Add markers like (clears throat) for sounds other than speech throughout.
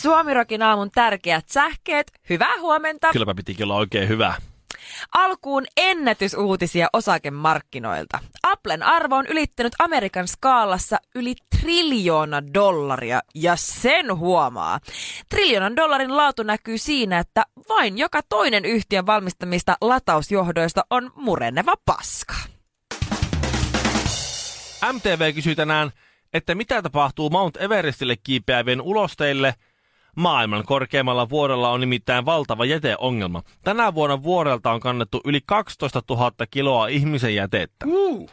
Suomirokin aamun tärkeät sähkeet. Hyvää huomenta. Kylläpä pitikin olla oikein hyvä. Alkuun ennätysuutisia osakemarkkinoilta. Applen arvo on ylittänyt Amerikan skaalassa yli triljoona dollaria ja sen huomaa. Triljoonan dollarin laatu näkyy siinä, että vain joka toinen yhtiön valmistamista latausjohdoista on mureneva paska. MTV kysyi tänään, että mitä tapahtuu Mount Everestille kiipeävien ulosteille – Maailman korkeimmalla vuorella on nimittäin valtava jäteongelma. Tänä vuonna vuorelta on kannettu yli 12 000 kiloa ihmisen jätettä. Uh.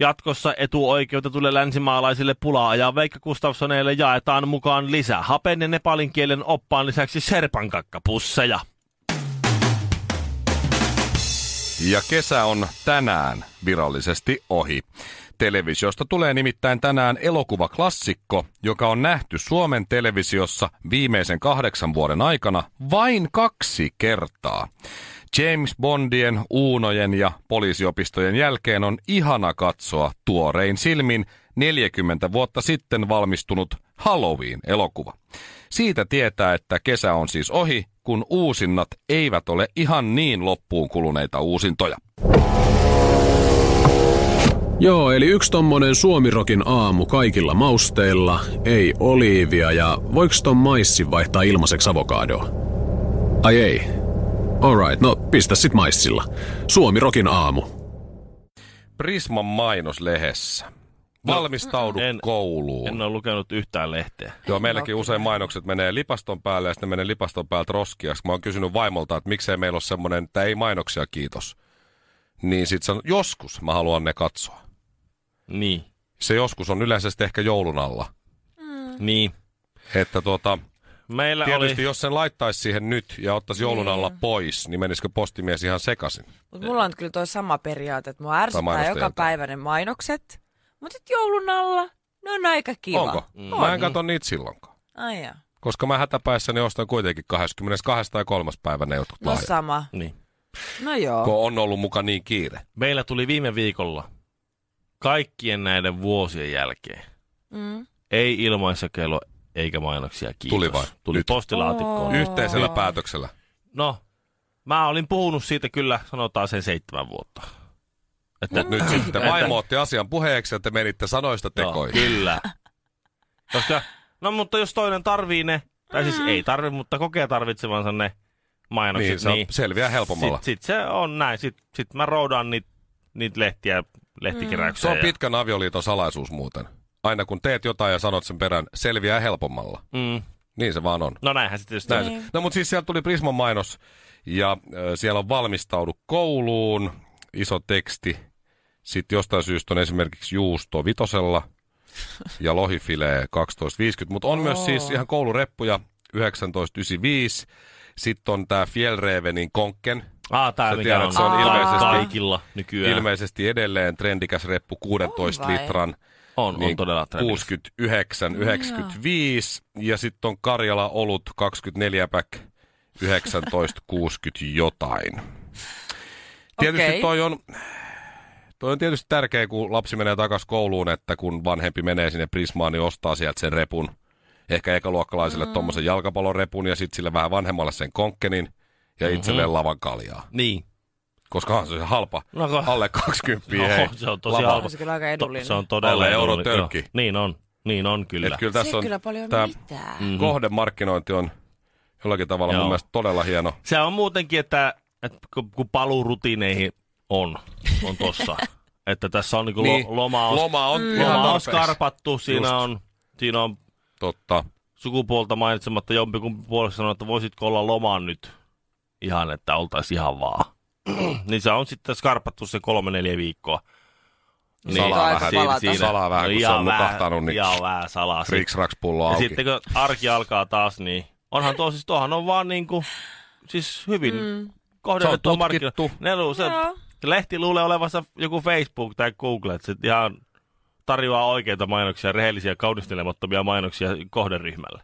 Jatkossa etuoikeutetulle länsimaalaisille pulaa ja Veikka Gustafssoneille jaetaan mukaan lisää hapen ja nepalin kielen oppaan lisäksi serpankakkapusseja. Ja kesä on tänään virallisesti ohi. Televisiosta tulee nimittäin tänään elokuvaklassikko, joka on nähty Suomen televisiossa viimeisen kahdeksan vuoden aikana vain kaksi kertaa. James Bondien, Uunojen ja poliisiopistojen jälkeen on ihana katsoa tuorein silmin 40 vuotta sitten valmistunut Halloween-elokuva. Siitä tietää, että kesä on siis ohi, kun uusinnat eivät ole ihan niin loppuun kuluneita uusintoja. Joo, eli yksi tommonen suomirokin aamu kaikilla mausteilla, ei oliivia ja voiko ton maissi vaihtaa ilmaiseksi avokadoa? Ai ei. Alright, no pistä sit maissilla. Suomirokin aamu. Prisman mainoslehdessä. Valmistaudu No, en- kouluun. En ole lukenut yhtään lehteä. Joo, meilläkin usein mainokset menee lipaston päälle ja sitten menee lipaston päältä roskiaksi. Mä oon kysynyt vaimolta, että miksei meillä ole semmoinen, että ei mainoksia, kiitos. Niin sit sanon, joskus mä haluan ne katsoa. Niin. Se joskus on yleensä sitten ehkä joulun alla. Niin. Että tuota, Meillä tietysti oli... jos sen laittaisi siihen nyt ja ottaisi joulun alla pois, niin menisikö postimies ihan sekaisin? Mut mulla on kyllä toi sama periaate, että mua mainosta ärsyttää joka jotain. päivä ne mainokset. Mutta joulun alla ne on aika kiva. niin. Onko? Mm. Mä en katso niitä silloinkaan. Ai jaa. Koska mä hätäpäissäni ostan kuitenkin 22. tai 3. päivä ne jotkut No lahjat. sama. Niin. No joo. Kun on ollut muka niin kiire. Meillä tuli viime viikolla kaikkien näiden vuosien jälkeen. Mm. Ei ilmaisjakelu eikä mainoksia, kiitos. Tuli vai? Tuli Nyt. postilaatikkoon. Yhteisellä päätöksellä. No, mä olin puhunut siitä kyllä, sanotaan sen seitsemän vuotta. Että Mutta nyt sitten Että- vaimo otti asian puheeksi ja te menitte sanoista Joo, tekoihin. Kyllä. Koska, no mutta jos toinen tarvii ne, tai siis ei tarvi, mutta kokee tarvitsevansa ne mainokset, Niin, niin, se on- selviää helpommalla. Sit, sit se on näin. Sit, sit mä roudaan niitä niit lehtiä Mm. Se lehtikeräykseen. on pitkän avioliiton salaisuus muuten. Aina kun teet jotain ja sanot sen perään, selviää helpommalla. Ja, mm, Niin se vaan on. no näinhän se tietysti Näin on. se. No mutta siis siellä tuli Prisman mainos ja ö, siellä on valmistaudu kouluun, iso teksti. Sitten jostain syystä on esimerkiksi juusto vitosella ja lohifilee 12.50, mutta on myös siis ihan koulureppuja 19.95. Sitten on tämä Fjellrevenin konkken, Ah, tää Sä mikä tiedät, on, se on ilmeisesti- kaikilla nykyään. ilmeisesti edelleen trendikäs reppu 16 On vai? litran. on, on niin todella trendikäs. 69, 95 ja sitten on Karjala Olut 24 pack (laughs) 1960 jotain. Tietysti Okei. toi on, toi on tietysti tärkeä, kun lapsi menee takaisin kouluun, että kun vanhempi menee sinne Prismaan, niin ostaa sieltä sen repun. Ehkä ekaluokkalaisille mm. tuommoisen jalkapallorepun ja sitten sille vähän vanhemmalle sen konkkenin ja Mm-hmm. itselleen lavan kaljaa. Niin. Koska onhan se ihan halpa, No kun- alle (laughs) 20 No, hei. se on tosi Lava. halpa. On se kyllä aika To- edullinen. se on todella Alle euro edullinen, joo. tölkki. Niin on. Niin on kyllä. Et kyllä Tässä tässä se on on kyllä paljon tää- tää... mitään. mm-hmm. kohdemarkkinointi on jollakin tavalla Joo. Joo. mun mielestä todella hieno. Se on muutenkin, että, että kun, kun paluurutiineihin on, on (laughs) tossa. että tässä on niinku niin. loma on, Loma on mm. ihan loma on tarpeeksi. skarpattu, Just. siinä on, siinä on Totta. sukupuolta mainitsematta jompikumpi puolesta sanoo, että voisitko olla lomaan nyt ihan, että oltaisiin ihan vaan. (clears throat) niin se on sitten skarpattu se kolme neljä viikkoa. Salaa vähän, salaa vähän, kun se on No ihan vähän- nukahtanut, niin Ihan vähän salaa. Riks raks pullo Ja auki. sitten kun arki alkaa taas, niin onhan tuo siis, tuohan on vaan niinku siis hyvin mm. Se kohdennettua on markkinoita. tutkittu. Ne lu, se, Joo. lehti luulee olevansa joku Facebook tai Google, että se ihan tarjoaa oikeita mainoksia, rehellisiä, kaunistelemattomia mainoksia kohderyhmälle.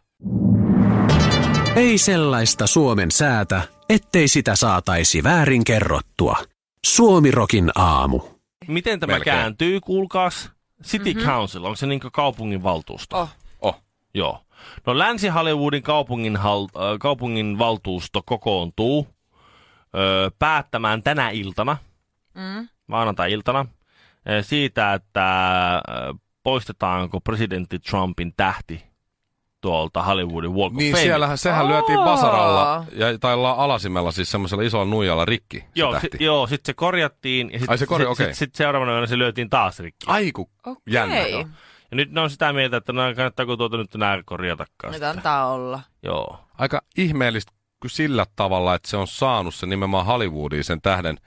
Ei sellaista Suomen säätä, ettei sitä saataisi väärin kerrottua. Suomirokin aamu. Miten tämä Melkein. kääntyy, kuulkaas? City mm-hmm. Council, onko se niin kaupungin valtuusto? Oh. Oh. Joo. No Länsi-Hollywoodin kaupungin, hal, äh, kaupungin valtuusto kokoontuu ö, päättämään tänä iltana, Mm. maanantai-iltana, ö, siitä, että ö, poistetaanko presidentti Trumpin tähti tuolta Hollywoodin Walk of Niin Fame. siellähän, sehän lyötiin Aa. vasaralla, ja, tai la- alasimella, siis semmoisella isolla nuijalla rikki. Se Joo, tähti. si- joo sitten se korjattiin ja Ai, sitten se korja- okei. sit, sit seuraavana yönä se lyötiin taas rikki. Ai kun Okei. jännä. Joo. Ja nyt ne on sitä mieltä, että no, kannattaako tuota nyt enää korjatakaan. Nyt sitä. antaa olla. Joo. Aika ihmeellistä kyllä sillä tavalla, että se on saanut sen nimenomaan Hollywoodiin sen tähden.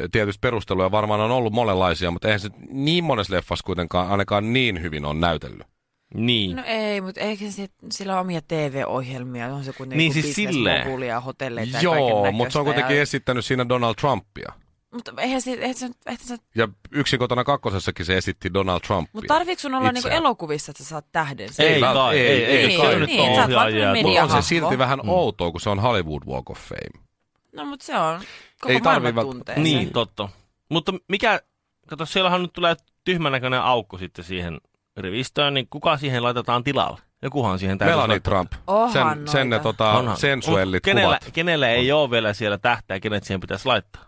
Ö, Tietysti perusteluja varmaan on ollut monenlaisia, mutta eihän se niin monessa leffassa kuitenkaan ainakaan niin hyvin on näytellyt. Niin. No ei, mutta eikö se, sillä ole omia TV-ohjelmia? On se kuitenkin Niin joku siis business silleen. mogul ja hotelleita ja Joo, kaikennäköistä mutta se on kuitenkin Ja... esittänyt siinä Donald Trumpia. Mutta eihän se, eihän se, eihän se Ja yksin kotona kakkosessakin se esitti Donald Trumpia. mutta tarviiko sun olla niinku Itseään. elokuvissa, että sä saat tähden? Ei, Ei ei, kai, kai, ei, ei, ei ei, kai. ei, nyt Niin, on sä oot vaan ohjaajia. tämmönen Mutta on se mediahahmo. silti vähän Mm. outoa, kun se on Hollywood Walk of Fame. No mutta se on. Koko Ei ei maailma tarvii vält- tuntee sen. Niin, totta. Mutta mikä, kato, siellähän nyt tulee tyhmän näköinen aukko sitten siihen rivistöön, niin kuka siihen laitetaan tilalle? Jokuhan siihen täytyy Melanie laittaa. Trump. Onhan Sen, sen ne noita. tota, Onhan. sensuellit Mut kenellä, kuvat. kenellä ei ole vielä siellä tähtää, kenet siihen pitäisi laittaa?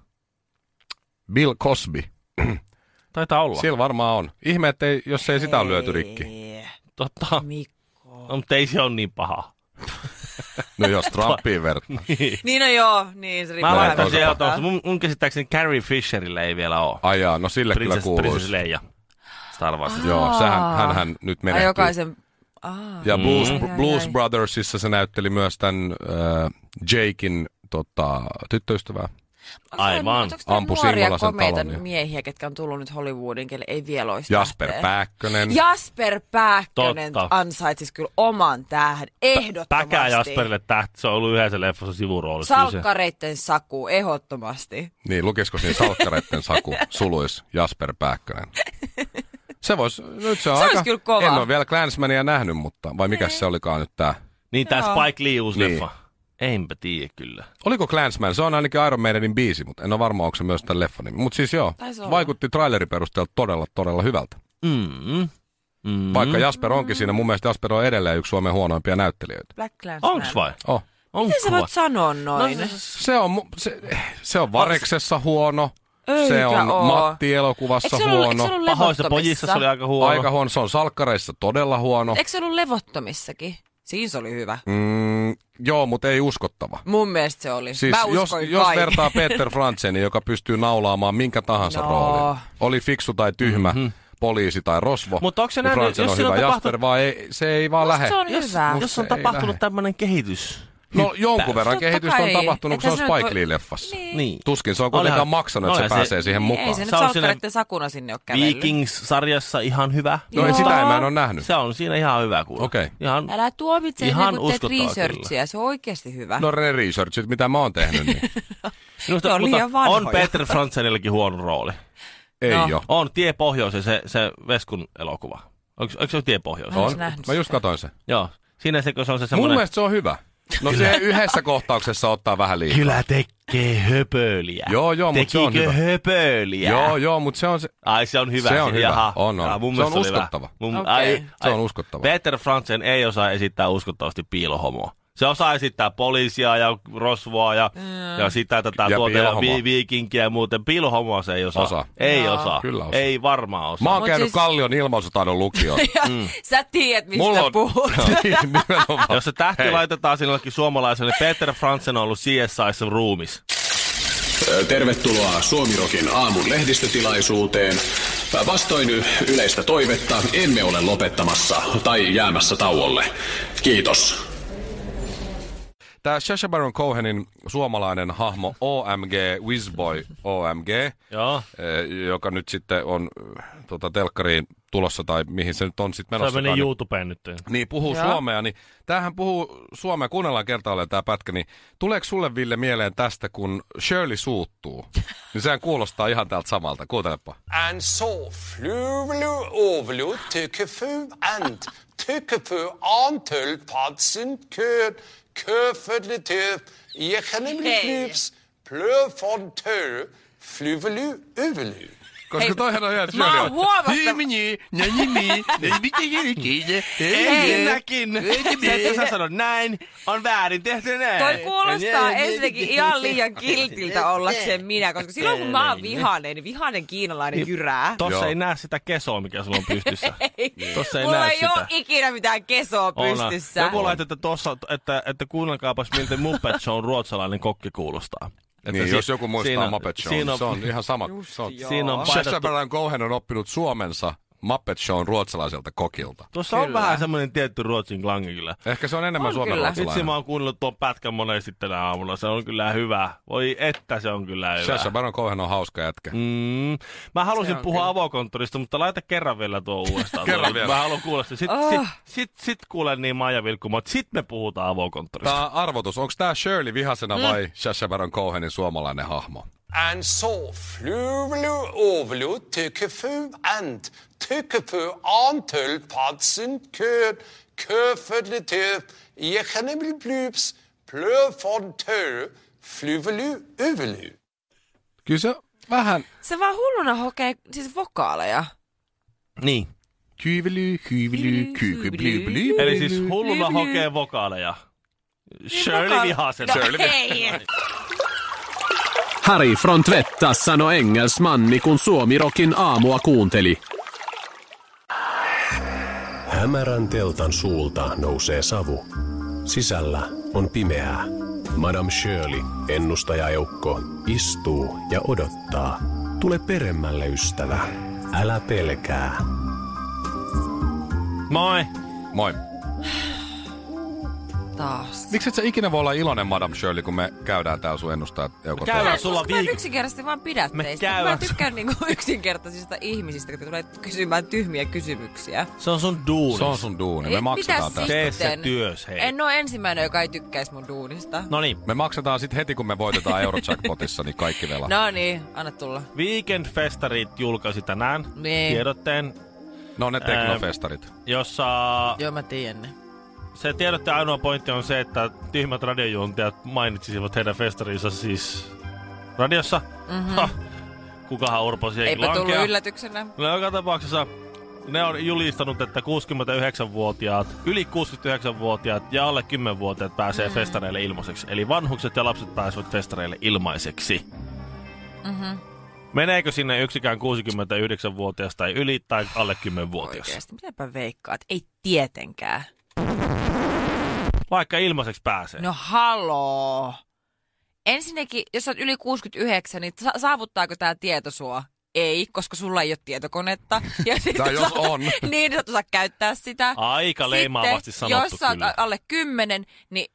Bill Cosby. Taitaa olla. Siellä varmaan on. Ihme, että ei, jos ei sitä ole lyöty rikki. Ei, Totta. Mikko. No, mutta ei se ole niin paha. No jos Trumpiin vertaa. (laughs) Niin no joo, niin se riippuu Mä laitan laitan toisaalta. siihen mitä autoon. Mun, mun käsittääkseni Carrie Fisherille ei vielä ole. Ajaa, no sille kyllä Princess, Princess kuuluisi. Leia. Star Warsista. Joo, sähän, Aa. hänhän nyt Ai menehtyy. jokaisen... Aa. Ja Blues, Mm. mm. Ai, ai, Blues ai. Brothersissa se näytteli myös tämän äh, Jakein tota, tyttöystävää. Onko tää- Aivan. onko tää Ampu nuoria Singolaisen komeita talon, joo. miehiä, ketkä on tullut nyt Hollywoodin, kelle ei vielä olisi Jasper tähteä? Pääkkönen. Jasper Pääkkönen Totta. ansaitsisi kyllä oman tähden, ehdottomasti. Päkää Jasperille tähti, se on ollut yhdessä leffassa sivuroolissa. Kyllä se- Salkkareitten saku, ehdottomasti. Niin, lukisiko siinä salkkareitten saku suluis Jasper Pääkkönen? Se vois, nyt se on Se aika, olisi kyllä kova. en ole vielä Clansmania nähnyt, mutta vai mikä se olikaan nyt tää? Niin tää Joo. Spike Lee uusi Niin. leffa. Enpä tiedä kyllä. Oliko Clansman? Se on ainakin Iron Maidenin biisi, mutta en ole varma, onko se myös tämän leffan nimi. Mutta siis joo, Taisi olla. vaikutti trailerin perusteella todella, todella hyvältä. Mm. Mm. Vaikka Jasper onkin siinä, mun mielestä Jasper on edelleen yksi Suomen huonoimpia näyttelijöitä. Black Clans Onks vai? Oh. Onks Miten sä vai? voit sanoa noin? No No, se- Se on, mu- se, se on Vareksessa huono, Eikä se on oo. Matti-elokuvassa eikö se ollut, eikö se huono, ollut Pahoissa levottomissa? pojissa se oli aika No. huono. aika huono, se on salkkareissa todella huono. Eikö se ollut levottomissakin? Siinä se oli hyvä. Mm, joo, mutta ei uskottava. Mun mielestä se oli. Siis Mä jos, uskoin jos kaiken. vertaa Peter Frantzeni, joka pystyy naulaamaan minkä tahansa No. roolin, oli fiksu tai tyhmä, mm-hmm. poliisi tai rosvo, Mutta onks se niin nähnyt- Frantzen jos on siinä hyvä. on tapahtu- Jasper vaan ei, se ei vaan Musta lähe. se on Jos, hyvä. jos on Se ei tapahtunut lähde. tämmönen kehitys. No jonkun verran Totta kehitystä on kai. tapahtunut, kun se on Eihän se nyt voi- Spike Lee-leffassa. Niin. Niin. Tuskin se on kuitenkaan Olihan- maksanut, että se olihan se- pääsee siihen Niin, Ei mukaan. se nyt Se on siinä- salkkareitten sakuna sinne ole kävellyt. Vikings-sarjassa ihan hyvä. No ei Joo. sitä en mä en ole nähnyt. Se on siinä ihan hyvä kuulla. Okei. Ihan... Älä tuomitse Ihan ennen kuin teet uskotaan researchia, se on oikeasti hyvä. No ne researchit, mitä mä oon tehnyt, niin Minusta, on liian mutta on vanhoja. Peter Frantzenillakin huono rooli. ei No. oo. On Tie pohjoiseen se, se Veskun elokuva. Onko, onko se Tie pohjoiseen? Mä en On. ois nähnyt Mä just sitä. katoin sen. Joo. Siinä se, kun se on se Mun semmoinen... mielestä se on hyvä. No se yhdessä kohtauksessa ottaa vähän liikaa. Kyllä tekee höpöliä. Joo, joo, mut se on Tekikö hyvä. höpöliä? Joo, joo, mutta se on se, Ai se on hyvä. Se on hyvä. Jaha. On, on. Ah, mun Se mielestä on oli hyvä. uskottava. Mun, Okei. ai, se ai, on uskottava. Peter Frantzen ei osaa esittää uskottavasti piilohomoa. Se osaa esittää poliisia ja rosvoa ja, mm. ja sitä tätä Ja tuota ja piilohomoa. vi- viikinkiä ja muuten. Piilohomoa se ei osaa. Osaa. Ei Joo. osaa. Kyllä osaa. Ei varmaan osaa. Mä oon Mut käynyt siis- Kallion (laughs) ilmaisutaidon lukioon. Sä tiedät, mistä Mulla on- puhut. (laughs) Niin, nimenomaan. Jos se tähti Hei. laitetaan sinullekin suomalaiselle, niin Peter Frantzen on ollut CSIssä ruumis. Ö, Tervetuloa Suomirokin aamun lehdistötilaisuuteen. Ö, Vastoin yleistä toivetta emme ole lopettamassa tai jäämässä tauolle. Kiitos. Tämä Sacha Baron Cohenin suomalainen hahmo OMG, Wizboy OMG, Joo. eh, joka nyt sitten on eh, tota, telkkariin tulossa tai mihin se nyt on sitten Se menossa. meni YouTubeen nyt. Niin, puhuu Joo. Joo. suomea, niin tämähän puhuu suomea, kuunnellaan kertaalleen tämä pätkä, niin tuleeko sulle Ville mieleen tästä, kun Shirley suuttuu? Niin sehän kuulostaa ihan täältä samalta, kuuntelepa. En sovfluvlu ovlu tykkefu ent tykkefu antull padsen kød køfødle tøp jekenem flups pløfon tø fluvelu uvelu. Koska Hei, Hei, toihan on ihan mä Shirley. oon huomannut- Ensinnäkin, se, että sä sanot näin, on väärin tehty näin. Toi kuulostaa ensinnäkin ihan liian kiltiltä ollakseen minä, koska silloin kun mä oon vihainen, niin vihainen kiinalainen jyrää. Tossa Joo. ei näe sitä kesoa, mikä sulla on pystyssä. Tossa ei Mulla näe (laughs) ei sitä. ole ikinä mitään kesoa Onhan. pystyssä. Joku laittoi, että, tossa, että, että kuunnelkaapas miltä Muppet Show ruotsalainen kokki kuulostaa. Että Niin, si- jos joku muistaa siinä, Muppet Show, niin Siinä on, se on ihan sama. Se on, siinä on Sacha painettu- Baron Cohen on oppinut suomensa Muppet Shown ruotsalaiselta kokilta. Tuossa on vähän semmoinen tietty ruotsin klangi kyllä. Ehkä se on enemmän On on suomen kyllä. Vitsi ruotsalainen. mä oon kuunnellut tuon pätkän monesti tänä aamulla. Se on kyllä hyvä. Voi että se on kyllä hyvä. Sacha Baron Cohen on hauska jätkä. Mm. Mm. Mä halusin on puhua kyllä. avokonttorista, mutta laita kerran vielä tuo uudestaan. Kerran Tuo- vielä. Mä haluan kuulla sitä. Ah. Sitten sit, sit, sit kuulen niin Maija Vilkkuma, että sit me puhutaan avokonttorista. Tämä arvotus, onko tämä Shirley vihasena Mm. vai Sacha Baron Cohenin suomalainen hahmo? En sovfluvlu ovlu tykkefu ent tykkefu antull padsen kød køfødle tøp jekenem flups pløfon tø fluvelu uvelu. Kyllä se vähän... Se vaan hulluna hokee siis vokaaleja. Niin. Kyyvely, hyyvely, kyykyblyybly. Eli siis hulluna Lyly. hokee vokaaleja. Shirley vokaal- Vihasena. No hei! Harry Frontvettas sanoi engelsmanni, kun Suomirokin aamua kuunteli. Hämärän teltan suulta nousee savu. Sisällä on pimeää. Madame Shirley, ennustajaeukko, istuu ja odottaa. Tule peremmälle, ystävä. Älä pelkää. Moi. Moi. Taas. Miksi et sä ikinä voi olla iloinen Madame Shirley, kun me käydään täällä sun ennustaa joko käydään teillä? Mä sulla Koska mä en viik- yksinkertaisesti vaan pidä Me teistä. käydään- Mä tykkään niinku (laughs) yksinkertaisista ihmisistä, kun tulee kysymään tyhmiä kysymyksiä. Se on sun duuni. Se on sun duuni. Me Ei, mitä maksetaan tästä. Tee se sitten? työs, hei. En oo ensimmäinen, joka ei tykkäisi mun duunista. No niin, Me maksetaan sitten heti, kun me voitetaan Eurojackpotissa, niin kaikki velat. No niin, anna tulla. Weekend-festarit julkaisi tänään Niin. tiedotteen, No ne teknofestarit. jossa Joo, mä tiedän ne. se tiedotteen ainoa pointti on se, että tyhmät radiojuontajat mainitsisivat heidän festarinsa siis radiossa. Mm-hmm. Ha, kukahan Orpo siihenkin Mhm. Eipä tullut lankea. yllätyksenä. No joka tapauksessa ne on julistanut, että 69-vuotiaat, yli 69-vuotiaat ja alle 10-vuotiaat pääsee Mhm. mm. festareille ilmaiseksi. Eli vanhukset ja lapset pääsevät festareille ilmaiseksi. Mm-hmm. Mhm. Meneekö sinne yksikään 69-vuotias tai yli tai alle 10-vuotias? Oikeesti, mitäpä veikkaat? Ei tietenkään. Vaikka ilmaiseksi pääsee. No haloo. Ensinnäkin, jos olet yli 69, niin sa- saavuttaako tämä tieto sua? Ei, koska sulla ei ole tietokonetta. (laughs) Ja sit Tai sä jos oot- on. (laughs) niin, sä et osaa käyttää sitä. Aika leimaavasti Sitten, sanottu jos sä oot kyllä. a- alle 10, niin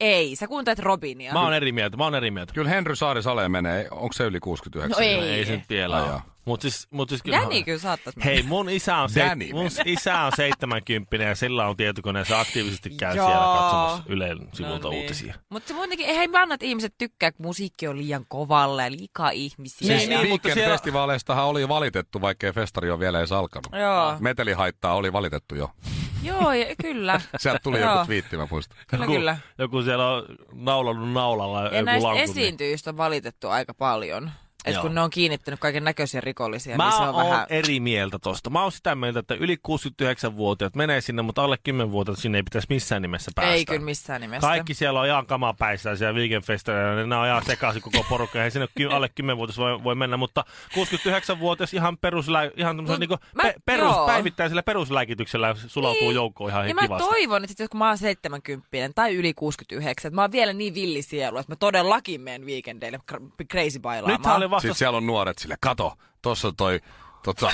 ei. Sä kuuntelet Robinia. Mä oon e- eri mieltä, mä oon eri mieltä. Kyllä Henry Saarisale menee. Onko se yli 69? No ei. Ei se nyt vielä Ai ole. joo. Mut siis, mut siis kyllä... Danny niin kyllä saattaisi Hei, mun isä on, se, Danny mun isä on 70 ja sillä on tietokone ja se aktiivisesti käy Joo. niin. siellä katsomassa No Ylen sivulta uutisia. Mutta muutenkin, eihän mä anna, että ihmiset tykkää, kun musiikki on liian kovalla ja liikaa ihmisiä. niin, Siis niin, mutta weekend siellä- festivaaleista oli valitettu, vaikkei festari on vielä edes alkanut. Joo. Ah, Metelihaittaa oli valitettu jo. Joo, ja- (laughs) kyllä. Sieltä tuli Joo. joku twiitti, mä muistan. Kyllä, kyllä. Joku siellä on naulannut naulalla Ja joku näistä lankun. esiintyjistä on valitettu aika paljon. Et Joo. kun ne on kiinnittänyt kaiken näköisiä rikollisia, Mä niin se on oon vähän... eri mieltä tosta. Mä oon sitä mieltä, että yli 69-vuotiaat menee sinne, mutta alle 10-vuotiaat sinne ei pitäisi missään nimessä päästä. Ei kyllä missään nimessä. Kaikki siellä on ihan kamaa päissään siellä viikenfestareilla, niin nämä on ihan sekaisin koko porukka. Eihän sinne ky- alle 10-vuotias voi, voi mennä, mutta 69-vuotias ihan, peruslä, ihan Mut no, niinku mä- pe- perus, joo. päivittäisellä peruslääkityksellä sulautuu niin. joukkoon ihan ja mä kivasti. toivon, että sit, kun mä oon 70 tai yli 69, että mä oon vielä niin villisielu, että mä todellakin menen viikendeille cra- crazy bailaamaan. Siis- Nythän oli vasta... Sitten siellä on nuoret sille, kato, tossa on toi (laughs) tota,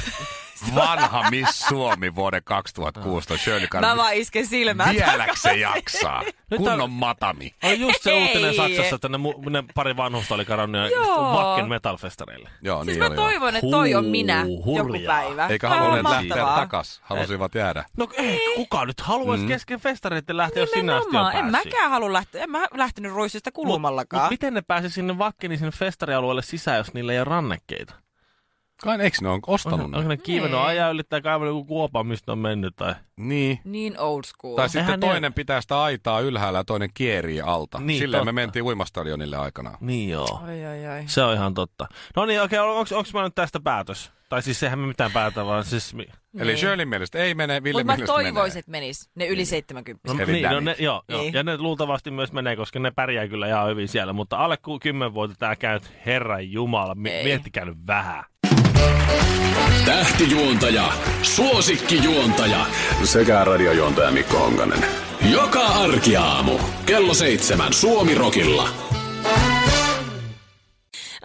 vanha Miss Suomi vuoden 2016, Shirley Mä Karvi. vaan isken silmään. (laughs) Vieläkö se takaisin. jaksaa? Nyt on- Kunnon matami. Oli just se uutinen Ei. Saksassa, että ne, mu- ne pari vanhusta oli karannut ja Joo. Wacken metalfestareille. Joo, Siis niin mä oli joo. toivon, että toi on Huu, minä joku hurjaa. päivä. Eikä Tää on halunneet lähteä mahtavaa. takas, halusivat jäädä. No ei, kuka nyt haluaisi mm. kesken festareiden lähteä, jos sinä asti Niin. on Nimenomaan. En päässyt? mäkään halua lähteä. En mä lähtenyt ruisista Mut, mut kulumallakaan. miten ne pääsi sinne Wackenin sinne festarialueelle sisään, jos niillä ei ole rannekkeita? Kai eikö ne on ostanut Onko ne? ne kiivennyt Nee. ajaa yli tai kaivannut joku kuopa, mistä ne on mennyt? Tai... Niin. Niin old school. Tai sitten Eihän ne- toinen pitää sitä aitaa ylhäällä ja toinen kierii alta. Niin, Niin, Silleen me totta. mentiin uimastadionille aikanaan. Niin joo. Ai, ai, ai. Se on ihan totta. No niin, okei, okay, onko mä nyt tästä päätös? Tai siis sehän me mitään päätä, vaan siis... mi- Eli Niin. Shirley mielestä ei mene, Ville Mutta mä mielestä toivoisin, menee. että menis. Ne yli 70. No, Eli niin, no dämit. ne, joo, joo. Niin. Ja ne luultavasti myös menee, koska ne pärjää kyllä ihan hyvin siellä. Mutta alle 10 vuotta tää käy, nyt, herran jumala, mi- Ei. miettikää nyt vähän. Tähtijuontaja, suosikkijuontaja sekä radiojuontaja Mikko Honkanen. Joka arkiaamu kello seitsemän Suomirokilla.